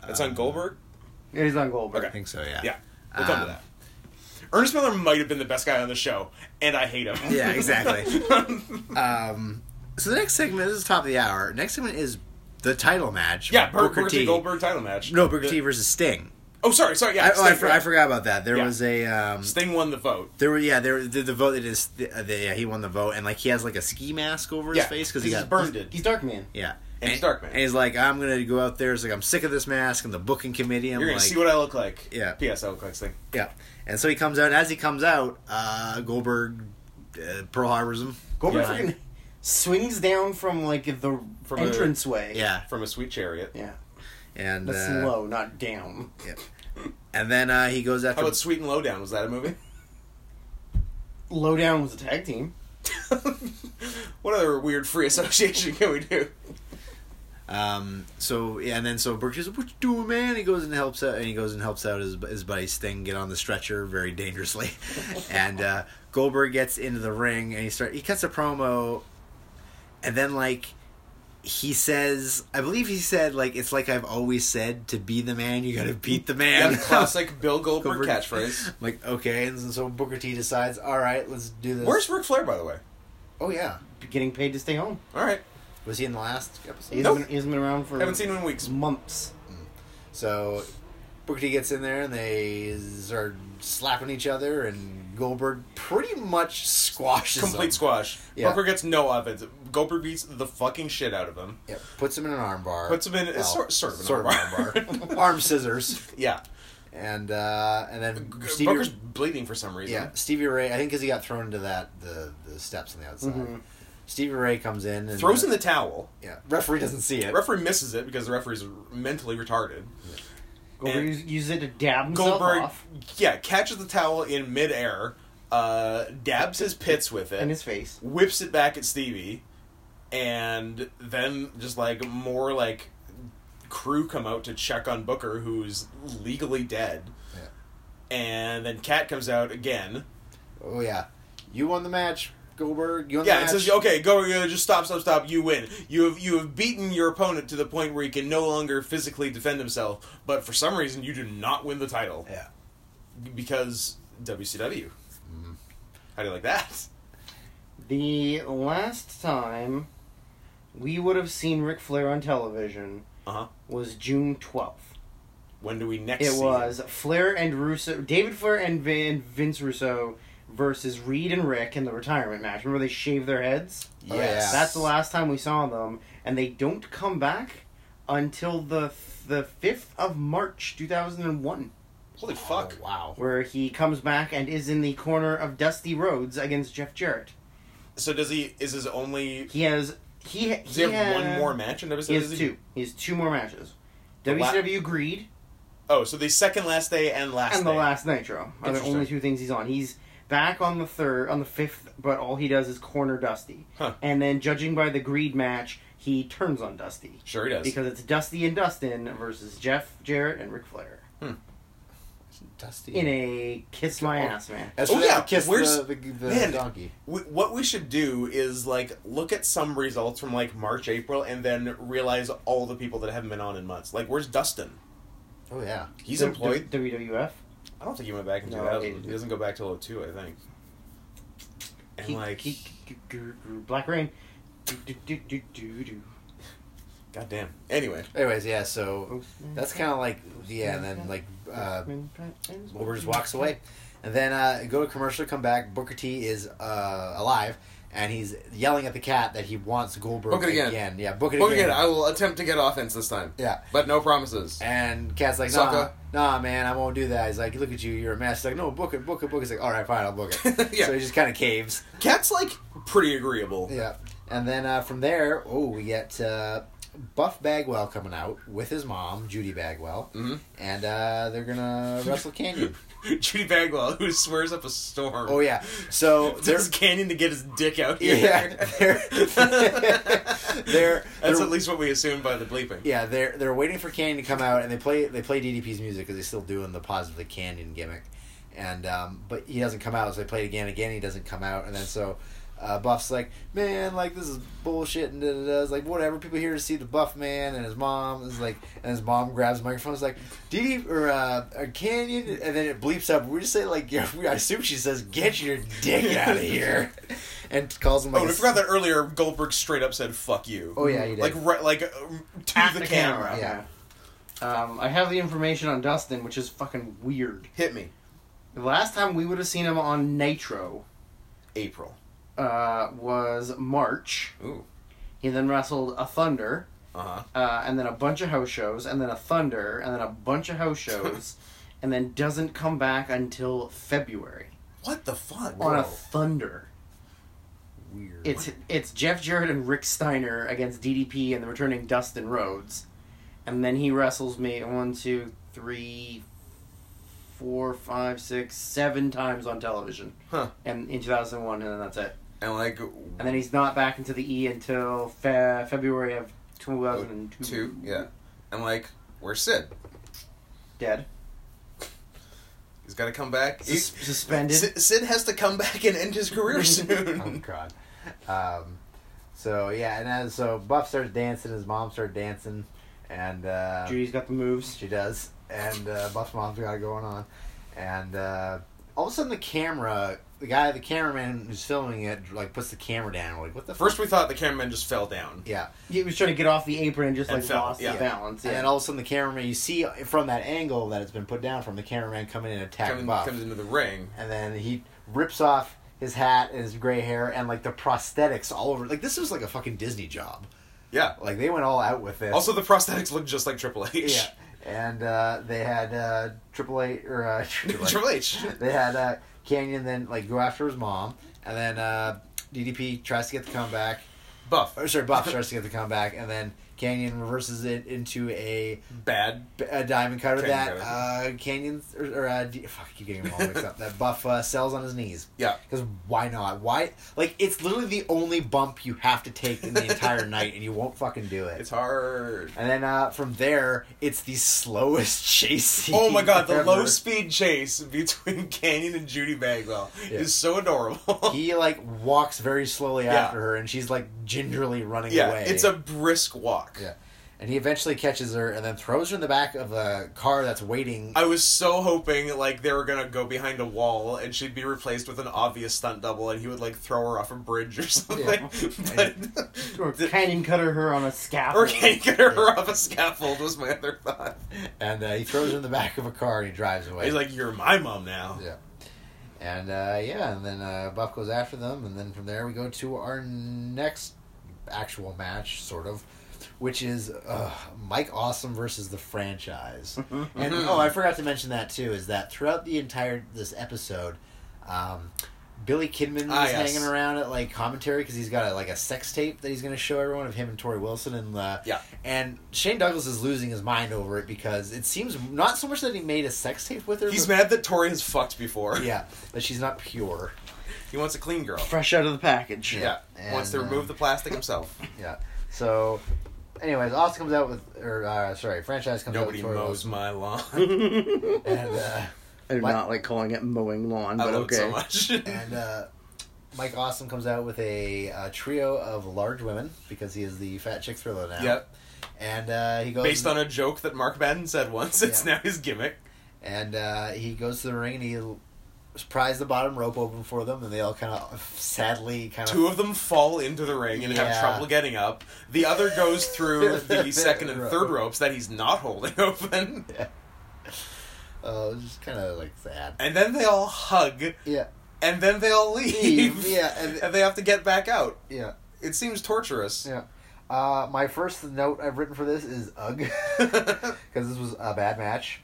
It's on Goldberg? Yeah, he's on Goldberg. I think so, yeah. Yeah, we'll come to Um, that. Ernest Miller might have been the best guy on the show, and I hate him. Yeah, exactly. (laughs) um so the next segment this is top of the hour. Next segment is the title (laughs) match. yeah, Bur- Booker, T. Goldberg title match. No, Booker T versus Sting. Oh, sorry, sorry. Yeah, I, oh, I, Sting, for, yeah. I forgot about that. There Yeah. was a um, Sting won the vote. There were yeah, there the, the vote that is the, uh, the, yeah, he won the vote and like he has like a ski mask over his Yeah, face because he he's got burned it. He's Dark Man. yeah, And he's Dark Man. and he's like I'm gonna go out there. It's like I'm sick of this mask and the booking committee. I'm You're gonna like see what I look like. Yeah. P.S. I look like Sting. yeah, and so he comes out. and As he comes out, uh, Goldberg uh, Pearl Harbors him. Goldberg Yeah. freaking swings down from like the From a- entranceway. Yeah, From a sweet chariot. Yeah. and That's uh, low, not down. yeah. and then uh, he goes How after about Sweet and Lowdown? Was that a movie? (laughs) Lowdown was a tag team. what other weird free association (laughs) can we do? Um. So yeah, and then so Berkshire's like, "What you doing, man?" He goes and helps out, and he goes and helps out his his buddy Sting get on the stretcher very dangerously, (laughs) and uh, Goldberg gets into the ring and he start he cuts a promo, and then like he says, I believe he said like it's like I've always said to be the man, you got to beat the man. Yeah, (laughs) classic Bill Goldberg, Goldberg. catchphrase. like okay, and so Booker T decides, all right, let's do this. Where's Ric Flair, by the way? oh yeah, Getting paid to stay home. All right, was he in the last episode? He hasn't, Nope. been, he hasn't been around for haven't seen him in weeks. months. So Booker T gets in there and they are slapping each other, and Goldberg pretty much squashes him. Complete squash. Yeah. Booker gets no offense. Goldberg beats the fucking shit out of him. Yep, puts him in an armbar. Puts him in it's sort, sort of an sort armbar. of an (laughs) armbar. Arm scissors, yeah, and uh, and then Stevie. Booker's bleeding for some reason. yeah, Stevie Ray. I think because he got thrown into that the the steps on the outside. Mm-hmm. Stevie Ray comes in and Mm-hmm. uh, Throws in the towel. yeah. Referee doesn't see it. Referee misses it because the referee's mentally retarded. Goldberg And- us- uses it to dab himself Goldberg, off yeah, catches the towel in midair, uh, dabs his pits with it, in his face. whips it back at Stevie, and then just like more like crew come out to check on Booker, who's legally dead, Yeah. and then Cat comes out again. Oh yeah, you won the match, Goldberg. You won Yeah, the and match. says, "Okay, go, go, just stop, stop, stop. You win. You have you have beaten your opponent to the point where he can no longer physically defend himself. But for some reason, you do not win the title yeah. because WCW. Mm-hmm. How do you like that? The last time we would have seen Ric Flair on television Uh huh. was June 12th. When do we next? It see was Flair and Russo, David Flair and Vin, Vince Russo versus Reed and Rick in the retirement match. Remember they shaved their heads? Oh, Yes. yeah. That's the last time we saw them, and they don't come back until the the fifth of March, two thousand and one, Holy fuck! Oh, wow. where he comes back and is in the corner of Dusty Rhodes against Jeff Jarrett. So does he? Is his only? He has he he, Does he have had- one more match in WCW? He has two. He has two more matches. The la- WCW Greed Oh, so the second last day and last. and the day. last Nitro are the Interesting. only two things he's on. He's back on the third, on the fifth, but all he does is corner Dusty. Huh. And then, judging by the Greed match, he turns on Dusty Sure, he does. because it's Dusty and Dustin versus Jeff Jarrett and Ric Flair Dusty. in a kiss my ass man. As Oh, for yeah, that, kiss where's- the, the, the man. donkey. we, what we should do is like look at some results from like March, April, and then realize all the people that haven't been on in months. Like, where's Dustin? Oh yeah. He's W- employed. W- WWF. I don't think he went back in No, 2000. he- He doesn't go back till 02, I think. And He- like, he- g- g- g- Black Rain. Do, do, do, do, do, do. goddamn. Anyway, Anyways, yeah. So that's kind of like yeah, and then like uh, Wilbur just walks away, and then uh, go to commercial, come back. Booker T is uh, alive, and he's yelling at the cat that he wants Goldberg Book it again. Yeah, book it Well, again. again, I will attempt to get offense this time, yeah. but no promises. And cat's like, nah, Sucker. nah, man, I won't do that. He's like, look at you, you're a mess. He's like, no, book it, book it, book it. He's like, all right, fine, (laughs) I'll book it. Yeah. So he just kind of caves. Cat's like pretty agreeable. Yeah. And then uh, from there, oh, we get uh, Buff Bagwell coming out with his mom, Judy Bagwell, Mhm. and uh, they're gonna wrestle (laughs) Canyon. Judy Bagwell, who swears up a storm. Oh yeah. So (laughs) There's there's Canyon to get his dick out here. yeah, (laughs) they're, they're, That's they're- at least what we assume by the bleeping. yeah, they're they're waiting for Canyon to come out, and they play they play DDP's music because they're still doing the positively Canyon gimmick, and um, but he doesn't come out, so they play it again, again, he doesn't come out, and then so. Uh, Buff's like, man, like this is bullshit, and da da da. It's like whatever. People here to see the Buff man and his mom is like, and his mom grabs the microphone. It's like, DD or uh, or Canyon, and then it bleeps up. We just say like, (laughs) yeah, we, I assume she says, get your dick out of (laughs) here, and calls him like, Oh, and a I forgot that earlier. Goldberg straight up said "fuck you." Oh, yeah, he did. Like, right, like um, to At the, camera. Yeah. Um, I have the information on Dustin, which is fucking weird. Hit me, The last time we would have seen him on Nitro April. uh, was March. Ooh. He then wrestled a Thunder, Uh huh. uh, and then a bunch of house shows, and then a Thunder, and then a bunch of (laughs) house shows, and then doesn't come back until February What the fuck? on a Whoa. Thunder. weird. It's it's Jeff Jarrett and Rick Steiner against DDP and the returning Dustin Rhodes, and then he wrestles me one, two, three, four, five, six, seven times on television. Huh. And in 2001, and then that's it. And like And then he's not back into the E until fe- February of 2002. Oh, two, yeah. And like where's Sid? Dead. He's got to come back. He- Sus- suspended. Sid, Sid has to come back and end his career oh (laughs) soon. god. Um, so yeah, and as so Buff starts dancing, his mom starts dancing, and uh, Judy's got the moves. she does, and uh, Buff's mom's got it going on, and uh, all of a sudden the camera, the guy, the cameraman who's filming it, like puts the camera down. We're like, what the First, we thought the cameraman just fell down. Yeah, He was trying to get off the apron and just And like fell, lost yeah. the balance. and then Yeah. all of a sudden the cameraman, you see from that angle that it's been put down from the cameraman coming in and attacking Comes, Buff, comes into the ring. and then he rips off his hat and his gray hair and like the prosthetics all over. Like this was like a fucking Disney job. Yeah. Like they went all out with this. Also, the prosthetics look just like Triple H. yeah, and uh, they had uh, Triple A or uh, (laughs) (laughs) Triple Triple H. A. they had uh, Canyon then like go after his mom, and then uh, DDP tries to get the comeback. Buff. Or sorry, Buff tries to get the comeback, and then Canyon reverses it into a, Bad. a diamond cutter Diamond that uh, Canyon or, or uh, D, fuck, I keep getting them all mixed up. That Buff uh, sells on his knees. Yeah. Because why not? Why? Like, it's literally the only bump you have to take in the (laughs) entire night, and you won't fucking do it. It's hard. And then uh, from there, it's the slowest (laughs) chase. Scene Oh my god, the ever. low speed chase between (laughs) Canyon and Judy Bagwell Yeah. is so adorable. (laughs) He like walks very slowly Yeah. after her, and she's like gingerly running yeah, away. it's a brisk walk. yeah. And he eventually catches her, and then throws her in the back of a car that's waiting. I was so hoping like they were gonna go behind a wall and she'd be replaced with an obvious stunt double and he would like throw her off a bridge or (laughs) something. But- (laughs) or cannon cutter her on a or scaffold. can't get her off a scaffold was my other thought. and uh, he throws her in the back of a car, and he drives away. He's like, "You're my mom now." yeah. And uh, yeah, and then uh, Buff goes after them, and then from there we go to our next actual match, sort of, which is uh, Mike Awesome versus the franchise. And Mm-hmm. oh, I forgot to mention that too. Is that throughout the entire this episode, um, Billy Kidman Ah, is yes. hanging around at like commentary because he's got a, like a sex tape that he's going to show everyone of him and Tori Wilson and uh, Yeah. And Shane Douglas is losing his mind over it because it seems not so much that he made a sex tape with her. He's but- mad that Tori has fucked before. yeah, that she's not pure. He wants a clean (laughs) girl. Fresh out of the package. (laughs) Yeah. wants to And, remove um, the plastic (laughs) himself. Yeah. So, anyways, Austin comes out with, or uh, sorry, franchise comes Nobody out with Tori mows Wilson, my (laughs) lawn. and uh, I do What? not like calling it mowing lawn, I but love okay. it so much. (laughs) and uh, Mike Austin comes out with a, uh trio of large women because he is the fat chick thriller now. Yep. And uh, he goes Based on a joke that Mark Madden said once, it's Yeah. now his gimmick. and uh, he goes to the ring and he l- pries the bottom rope open for them, and they all kind of sadly kind Two of them fall into the ring and have Yeah. trouble getting up. The other goes (laughs) through the second and third ropes that he's not holding (laughs) open. uh, it's just kind of like sad. And then they all hug, (laughs) Yeah, and then they all leave. Leave, (laughs) yeah, and- they have to get back out. yeah, It seems torturous. yeah. Uh, my first note I've written for this is ugh. (laughs) because this was a bad match.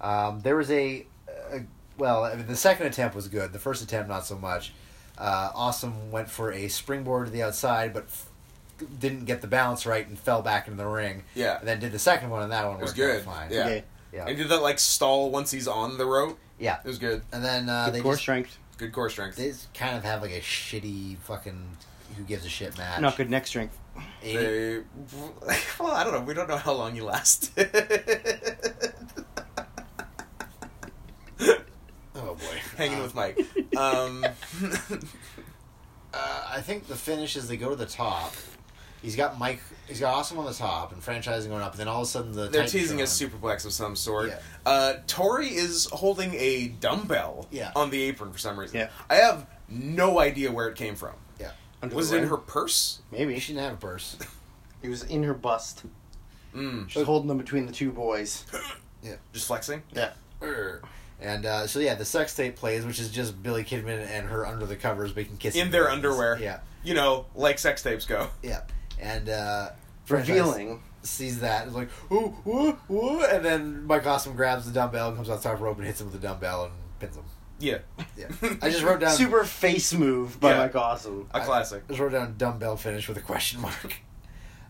Um, there was a, a well, I mean, the second attempt was good. The first attempt, not so much. Uh, awesome went for a springboard to the outside, but f- didn't get the balance right and fell back into the ring. Yeah. and then did the second one, and that one was worked out good. Fine. Yeah. Okay. yeah, And did that like stall once he's on the rope? yeah. It was good. And then uh, Good they core just, strength. Good core strength. they just kind of have like a shitty fucking who gives a shit match. Not good neck strength. Eighty- They, (laughs) well, I don't know. We don't know how long he lasted. Oh boy, (laughs) Hanging Uh, with Mike. Um, (laughs) Uh, I think the finish is they go to the top. He's got Mike. He's got Awesome on the top and franchising going up. And then all of a sudden the they're Titantron- teasing a superplex of some sort. Yeah. Uh, Tori is holding a dumbbell Yeah. on the apron for some reason. Yeah. I have no idea where it came from. Yeah, Under Was the it in ring. her purse? Maybe. she didn't have a purse. It was in her bust. Mm. She was holding them between the two boys. Just flexing? Yeah. Err. And uh, so yeah, the sex tape plays, which is just Billy Kidman and her under the covers making kisses In their underwear. Yeah, You know, like sex tapes go. yeah. And uh, Revealing. sees that is like ooh ooh ooh, and then Mike Awesome grabs the dumbbell and comes off top rope and hits him with the dumbbell and pins him. Yeah. (laughs) Yeah, I just wrote down Super face move by Yeah. Mike Awesome. A I- classic. just wrote down dumbbell finish with a question mark.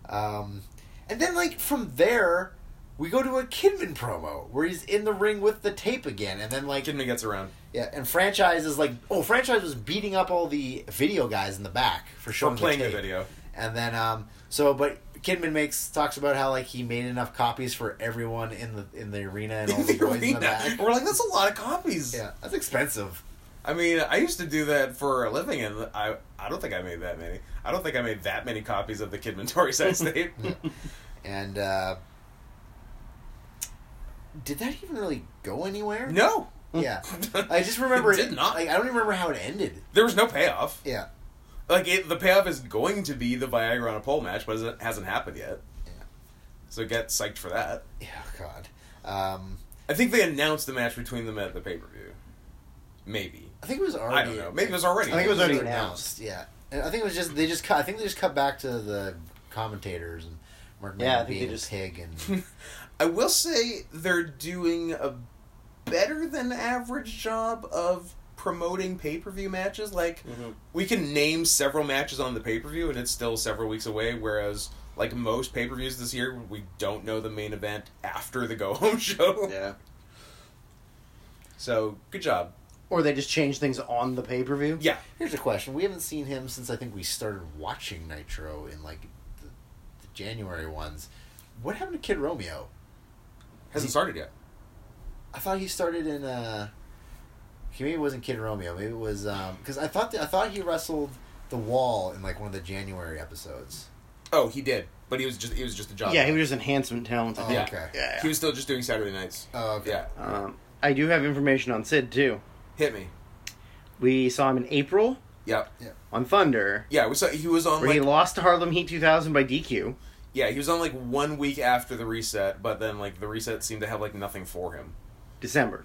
Um, and then like from there, we go to a Kidman promo where he's in the ring with the tape again, and then like Kidman gets around. yeah, and franchise is like oh, franchise was beating up all the video guys in the back for We're showing playing the the tape. video. And then um so but Kidman makes talks about how like he made enough copies for everyone in the (laughs) in the (laughs) arena and all the boys in the back. We're like, that's a lot of copies. Yeah, that's expensive. I mean, I used to do that for a living, and I I don't think I made that many. I don't think I made that many copies of the Kidman Tory (laughs) Side State. And uh did that even really go anywhere? no, (laughs) Yeah. I just remember It did not. Like I don't even remember how it ended. there was no payoff. Yeah. Like it, the payoff is going to be the Viagra on a pole match, but it hasn't happened yet. Yeah. So get psyched for that. Yeah, oh god. Um I think they announced the match between them at the pay per view. Maybe I think it was already I don't know. Maybe it was already. I think it was already announced. announced. Yeah, and I think it was just they just cut. I think they just cut back to the commentators and Mark Yeah, I Maron think they being a just- pig and (laughs) I will say they're doing a better than average job of promoting pay per view matches. Like Mhm. we can name several matches on the pay per view, and it's still several weeks away. Whereas like most pay per views this year, we don't know the main event after the go home (laughs) show. Yeah. So good job. or they just change things on the pay per view. Yeah, Here's a question: We haven't seen him since I think we started watching Nitro in like the, the January ones. What happened to Kid Romeo? hasn't started yet. I thought he started in. Uh, he- maybe it wasn't Kid Romeo. Maybe it was because I thought that, I thought he wrestled the Wall in like one of the January episodes. Oh, he did, but he was just he was just a job. Yeah, he was just enhancement talent. I Oh, think. Yeah. okay. Yeah. He was still just doing Saturday nights. Oh, okay. Yeah, Um, I do have information on Sid too. hit me. We saw him in April Yeah, on Thunder, yeah. We saw he was on where he like lost to Harlem Heat 2000 by DQ. yeah he was on like one week after the reset, but then like the reset seemed to have like nothing for him. December.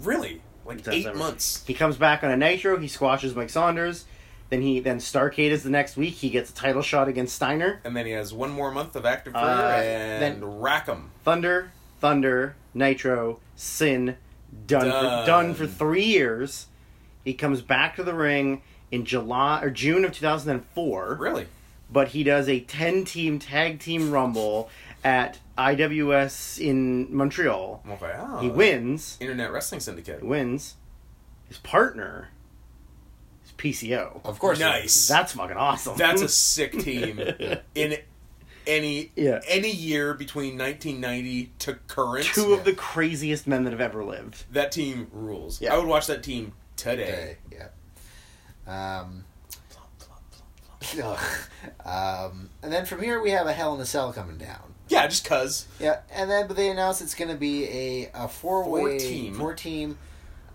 Really? Like That's eight never- months. He comes back on a Nitro. He squashes Mike Saunders. Then he then Starcade is the next week. He gets a title shot against Steiner. And then he has one more month of active career Uh, and then- Rackham. Thunder, Thunder, Nitro, Sin, done Done. for, done for three years. He comes back to the ring in July or June of 2004. Really? but he does a 10 team tag team rumble at IWS in Montreal. Wow. He wins. oh, Internet Wrestling Syndicate. He wins. His partner is PCO. Of course. Nice. That's fucking awesome. (laughs) That's a sick team in any Yeah. any year between 1990 to current. two of the craziest men that have ever lived. That team rules. Yeah. I would watch that team today. Okay. Yeah. Um, (laughs) Ugh. um, and then from here we have a Hell in a Cell coming down. Yeah, just cuz. Yeah, and then but they announced it's going to be a a four way team. four team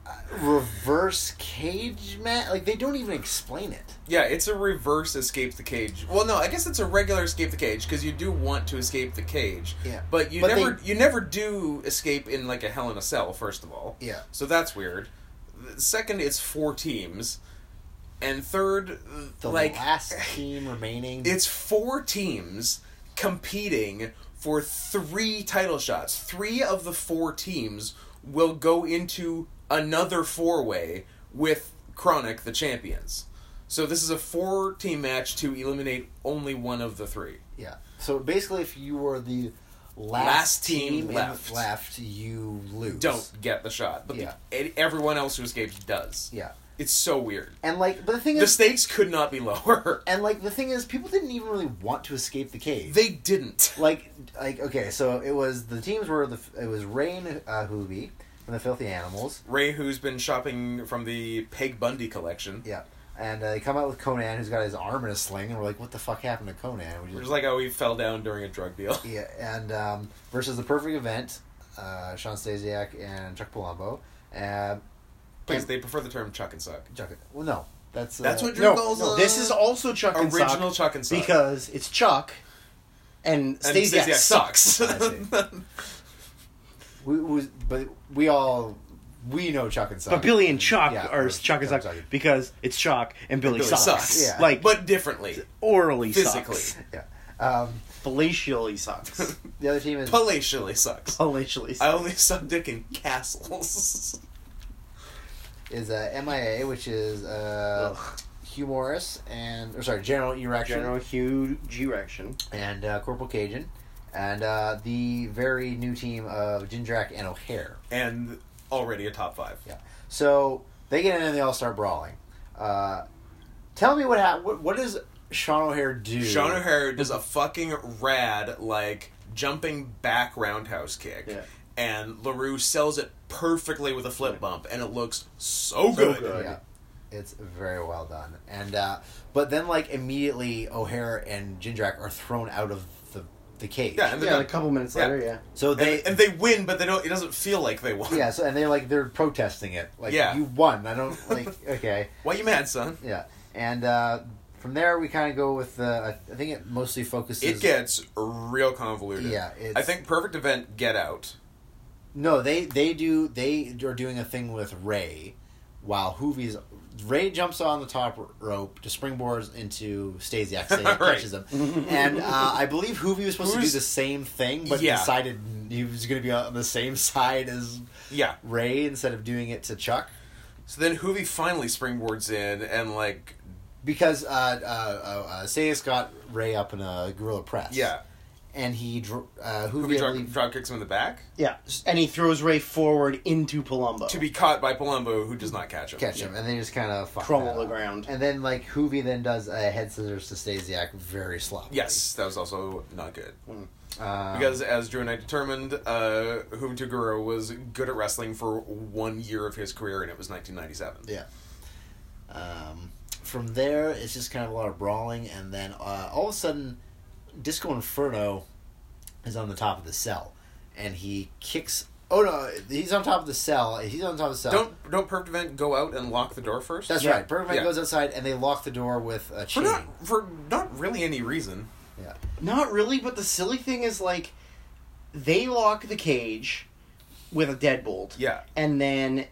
uh, reverse cage match. Like they don't even explain it. Yeah, it's a reverse escape the cage. Well, no, I guess it's a regular escape the cage because you do want to escape the cage. Yeah. But you But never they- you never do escape in like a hell in a cell. First of all. Yeah. So that's weird. The Second, it's four teams, and third, The like last team remaining. it's four teams competing for three title shots. Three of the four teams will go into another four way with Chronic, the champions. So this is a four team match to eliminate only one of the three. yeah. So basically, if you were the last, Last team team, in- left. left, you lose. Don't get the shot, but the- Yeah. e- everyone else who escapes does. Yeah. It's so weird. And like, but the thing The is, stakes could not be (laughs) lower. and like the thing is, people didn't even really want to escape the cage. They didn't. like like okay so it was the teams were the it was rain uh, Hoovy from the filthy animals Ray, who's been shopping from the Peg Bundy collection, yeah and uh, they come out with conan who's got his arm in a sling and we're like what the fuck happened to conan we it just, was like oh he fell down during a drug deal. yeah and um, versus the perfect event uh, sean stasiak and chuck palumbo and Please, they prefer the term chuck and suck. chuck well no that's uh, That's what Drew No, calls no, uh, this is also Chuck and Sock original chuck and suck. because it's Chuck and and Stasiak Stasiak sucks. sucks. (laughs) (laughs) I see. we, we but we all we know chuck and Sock. But Billy and Chuck Yeah, are or Chuck and Sock because it's Chuck and Billy, Really sucks. sucks. Yeah. Like But differently, orally physically, sucks. yeah um, Fallacially (laughs) sucks. the other team is palatially Oh. sucks. Fallacially I sucks. only suck dick in castles. (laughs) is uh, MIA, which is uh, Ugh. Hugh Morris and or sorry, General Erection General Hugh G. Rection. and uh, Corporal Cajun and uh, the very new team of Jindrak and O'Hare. and already a top five. Yeah. So they get in and they all start brawling. Uh, tell me what hap- what, what does Sean O'Hare do? Sean O'Hare does a fucking rad, like, jumping back roundhouse kick. Yeah. And LaRue sells it perfectly with a flip bump, and it looks so good. good. Yeah. It's very well done. And uh, but then like immediately O'Hare and Jindrak are thrown out of the the cage. Yeah, and, they're Yeah, done. like a couple minutes Yeah. later, yeah. So And- they and they win, but they don't. It doesn't feel like they won. yeah, so and they're like they're protesting it. Like Yeah. you won. I don't like (laughs) okay. Why you mad, son? Yeah. And uh, from there we kind of go with uh, I think it mostly focuses It gets real convoluted. Yeah, it's- I think perfect event get out. No, they they do they are doing a thing with Ray, while Hoovy's Ray jumps on the top rope to springboards into Stasiak. Stasiak (laughs) Right. catches him, and uh, I believe Hoovy was supposed to Who's- do the same thing, but Yeah. decided he was going to be on the same side as Yeah. Ray instead of doing it to Chuck So then Hoovy finally springboards in and like because uh, uh, uh, uh, Stasiak got Ray up in a gorilla press. yeah, and he dro- uh, Hoovy, Hoovy I drop, believe- drop kicks him in the back Yeah, and he throws Ray forward into Palumbo. to be caught by Palumbo, who does not catch him. catch him, and they just kind of Crumble the ground. And then like Hoovy then does a head scissors to Stasiak very sloppily. Yes, that was also not good. Um, Because as Drew and I determined, uh, Humtuguro was good at wrestling for one year of his career, and it was 1997. yeah. Um, from there, it's just kind of a lot of brawling, and then uh, all of a sudden, Disco Inferno is on the top of the cell, and he kicks. Oh no, he's on top of the cell. He's on top of the cell. Don't don't perfect event go out and lock the door first. That's Yeah. right. Birdman Yeah. goes outside, and they lock the door with a for chain. not for not really any reason. Yeah. Not really, but the silly thing is like they lock the cage with a deadbolt. Yeah. And then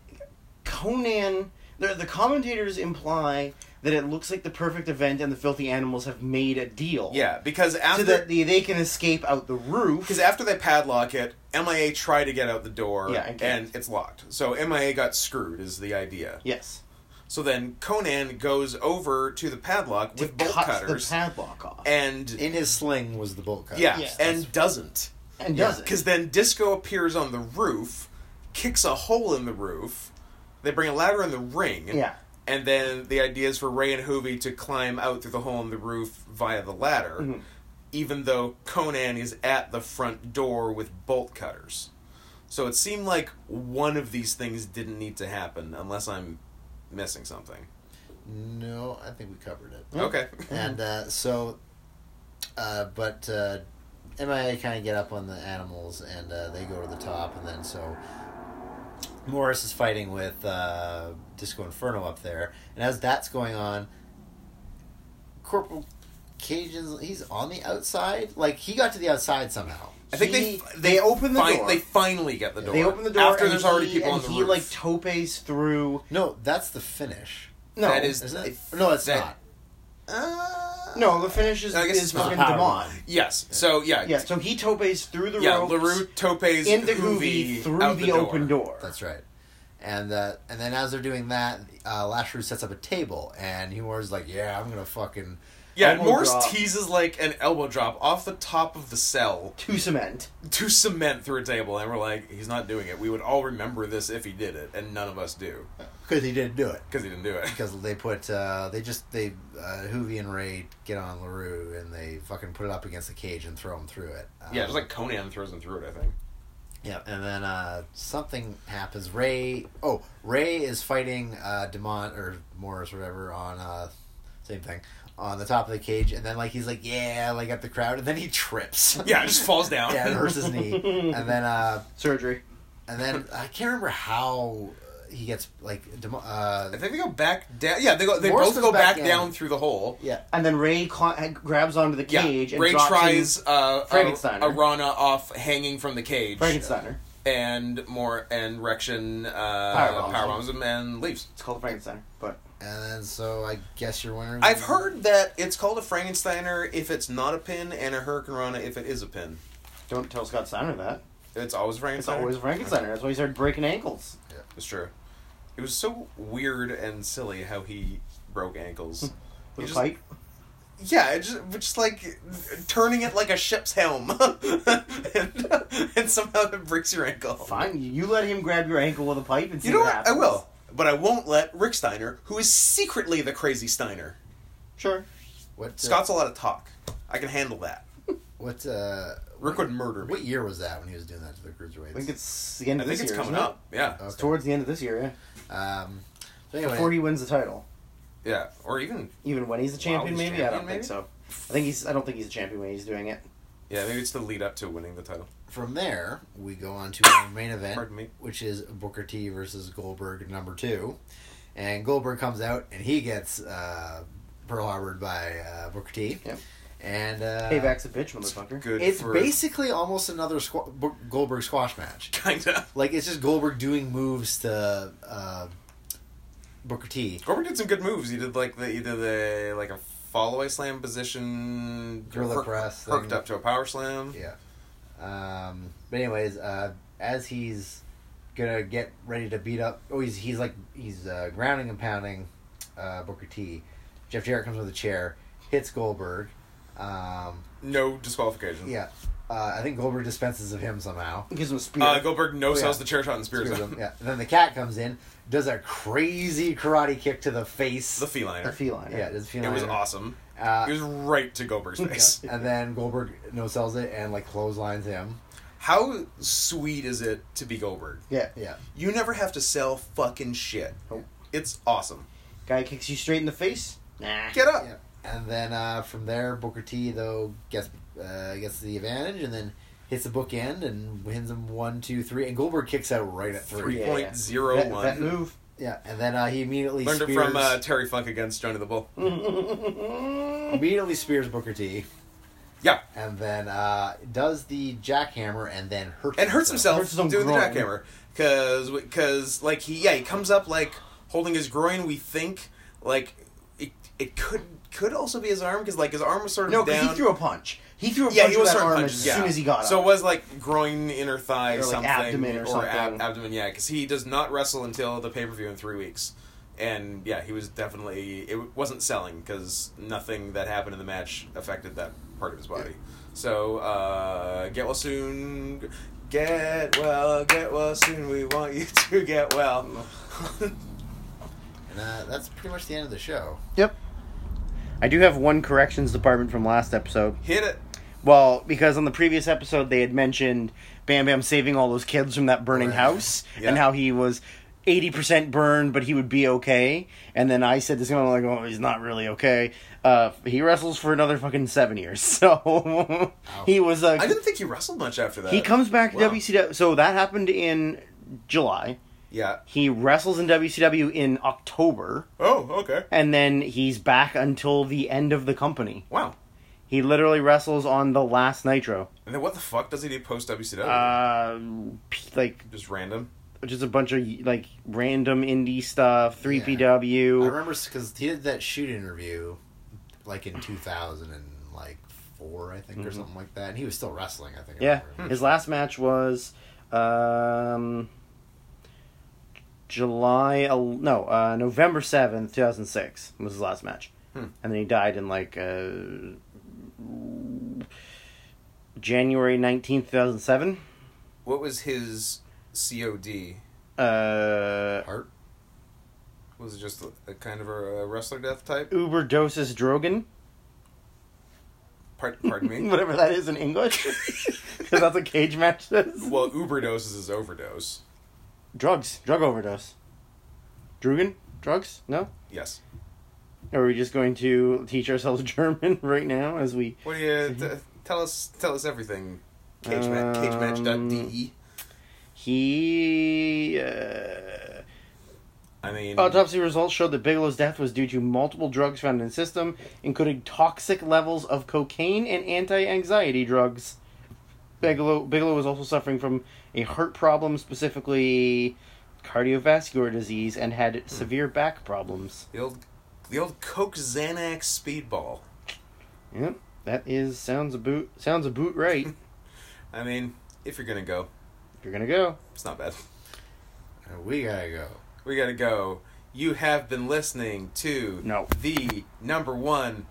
Conan the the commentators imply that it looks like the perfect event and the filthy animals have made a deal. Yeah, because So after that the, they can escape out the roof. Because after they padlock it, MIA tried to get out the door, Yeah, and can't. and it's locked. So MIA got screwed, is the idea. Yes. So then Conan goes over to the padlock with bolt Cuts cutters, the padlock off. and In his sling was the bolt cutter. yeah, Yes, and doesn't. And does it. Because then Disco appears on the roof, kicks a hole in the roof. They bring a ladder in the ring. Yeah. And then the idea is for Ray and Hoovy to climb out through the hole in the roof via the ladder, Mm-hmm. even though Conan is at the front door with bolt cutters. So it seemed like one of these things didn't need to happen, unless I'm missing something. No, I think we covered it. Mm-hmm. Okay. And uh, so, uh, but uh, MIA kind of get up on the animals and uh, they go to the top, and then so Morris is fighting with uh, Disco Inferno up there, and as that's going on, Corporal Cajun's he's on the outside. Like he got to the outside somehow. I think He- they they open the fin- door. They finally get the door. they open the door after and there's already he- people and on the he roof. like topes through No, that's the finish. No. That is- Isn't it? If No, it's that- not. Uh, No, the finish is, I guess is it's not fucking Power Demon. bomb. Yes. So yeah. Yeah, so he topes through the Yeah, ropes LaRue topes into Hoovy Hoovy through out the, open door. That's right. And uh, and then as they're doing that, uh, Lasher sets up a table, and Humor's like, "Yeah, I'm gonna fucking Yeah, Elbow Morse drop. teases like an elbow drop off the top of the cell to cement. to cement through a table, and we're like, he's not doing it. We would all remember this if he did it, and none of us do because he didn't do it because he didn't do it. (laughs) because they put uh, they just they uh, Hoovy and Ray get on Larue and they fucking put it up against the cage and throw him through it. Um, Yeah, just like Conan throws him through it. I think. yeah. And then uh, something happens. Ray oh Ray is fighting uh, Demont or Morris or whatever on uh, same thing on the top of the cage, and then like he's like, "Yeah," like at the crowd, and then he trips. (laughs) Yeah, it just falls down. yeah, it hurts his knee, and then uh, Surgery. and then I can't remember how uh, he gets like demo- uh, I think they go back down. Yeah, they go. They Morse both goes go back back, down. down through the hole. yeah, And then Ray cli- grabs onto the Yeah, cage and Ray drops tries uh, a, Frankensteiner. a Rana off hanging from the cage, in Frankensteiner. and more and Rection uh, Powerbombs him. powerbombs him and leaves. It's called Frankensteiner, but and then so I guess your winner. I've heard that it's called a Frankensteiner if it's not a pin, and a Hurricane Rana if it is a pin. don't tell Scott Steiner that. It's always It's Frankensteiner. always Frankensteiner. That's why he started breaking ankles. It's true. It was so weird and silly how he broke ankles. He (laughs) With a just- pipe. yeah, it just, but just like turning it like a ship's helm, (laughs) and, and somehow it breaks your ankle. Fine, you- you let him grab your ankle with a pipe and see You know what, what? I happens. will, but I won't let Rick Steiner, who is secretly the crazy Steiner. Sure. What uh, Scott's a lot of talk. I can handle that. What uh, Rick would murder me. what year was that when he was doing that to the cruiserweights? I think it's the end I of think this it's year, coming isn't it? Oh. up. Yeah, Okay. It's towards the end of this year, yeah. Um, so anyway, Before he wins the title. yeah, or even Even when he's a champion, he's maybe? I champion, don't maybe? think so. I think he's I don't think he's a champion when he's doing it. yeah, maybe it's the lead up to winning the title. from there we go on to our main event, Pardon me. which is Booker T versus Goldberg number two, and Goldberg comes out and he gets uh, Pearl Harbored by uh, Booker T, Yep. and uh, Payback's a bitch, motherfucker. Good. It's for, basically almost another squ- Bo- Goldberg squash (laughs) match. kinda. Like it's just Goldberg doing moves to uh, Booker T. Goldberg did some good moves. He did like the he did the like a follow away slam position, Gorilla hook- press hooked thing. up to a power slam. Yeah. Um, but anyways, uh, as he's gonna get ready to beat up, oh, he's he's like he's uh, grounding and pounding uh, Booker T. Jeff Jarrett comes with a chair, hits Goldberg. Um, No disqualification. yeah, uh, I think Goldberg dispenses of him somehow. Gives him a spear. Uh, Goldberg no sells yeah. the chair shot and spears Screws him. him, Yeah. And then the cat comes in, does a crazy karate kick to the (laughs) face. The feliner. the feline. yeah, does a It was feliner. awesome. Uh, it was right to Goldberg's face. and then Goldberg no sells it and like clotheslines him. How sweet is it to be Goldberg? Yeah. Yeah. You never have to sell fucking shit. Nope. It's awesome. Guy kicks you straight in the face. Nah. Get up. Yeah. And then uh, from there, Booker T though gets uh, gets the advantage, and then hits the book end and wins him one, two, three, and Goldberg kicks out right at three. Three. Yeah, Yeah. Point zero that, one. that (laughs) move. and then uh, he immediately Learned it spears, from uh, Terry Funk against Johnny the Bull. immediately spears Booker T, Yeah, and then uh, does the jackhammer, and then hurts and hurts himself Hurts his own doing groin. the jackhammer because because like he yeah he comes up like holding his groin. We think like it it could could also be his arm because like his arm was sort of No, down. because he threw a punch. He threw a yeah, punch he was with that throwing arm punches. as yeah. soon as he got so up. it was like groin, inner thigh, Or, like, something, abdomen or Ab- something. abdomen, yeah, because he does not wrestle until the pay per view in three weeks, and yeah, he was definitely it w- wasn't selling because nothing that happened in the match affected that part of his body. So uh, get well soon, get well, get well soon. We want you to get well. (laughs) And uh, that's pretty much the end of the show. Yep. I do have one corrections department from last episode. Hit it. Well, because on the previous episode they had mentioned Bam Bam saving all those kids from that burning house Yeah. and how he was 80% burned, but he would be okay. And then I said this guy, I'm like, oh, he's not really okay. Uh, he wrestles for another fucking seven years. (laughs) So he was a. I didn't think he wrestled much after that. He comes back to Wow. WCW. So that happened in July. Yeah. He wrestles in WCW in October, Oh, okay. and then he's back until the end of the company. Wow. He literally wrestles on the last Nitro. And then what the fuck does he do post WCW? Uh, like Just random. just a bunch of like random indie stuff. Three I PW. remember because he did that shoot interview, like in two thousand and like four, I think, or something like that, and he was still wrestling. I think. I Yeah, remember. his last match was um, July. el- No, uh, November seventh, two thousand six was his last match, Hmm. and then he died in like uh, January nineteenth, two thousand seven. What was his COD? Uh, Heart. Was it just a, a kind of a, a wrestler death type? Uberdosis Drogen. (laughs) Part, pardon me. whatever that is in English. Because that's what cage match is. well, uberdose is his overdose. Drugs. Drug overdose. Drugen? Drugs? No? Yes. Are we just going to teach ourselves (laughs) German right now as we. What do you t- tell us? Tell us everything. Cage ma- cagematch.de. He. Uh, I mean, autopsy results showed that Bigelow's death was due to multiple drugs found in his system, including toxic levels of cocaine and anti anxiety drugs. Bigelow, Bigelow was also suffering from a heart problem, specifically cardiovascular disease, and had severe back problems. the old, the old Coke Xanax speedball. Yep, that is sounds a boot sounds a boot (laughs) right. if I mean, if you're gonna go, you're gonna go, it's not bad. Uh, We gotta go. We gotta go. You have been listening to No. the number one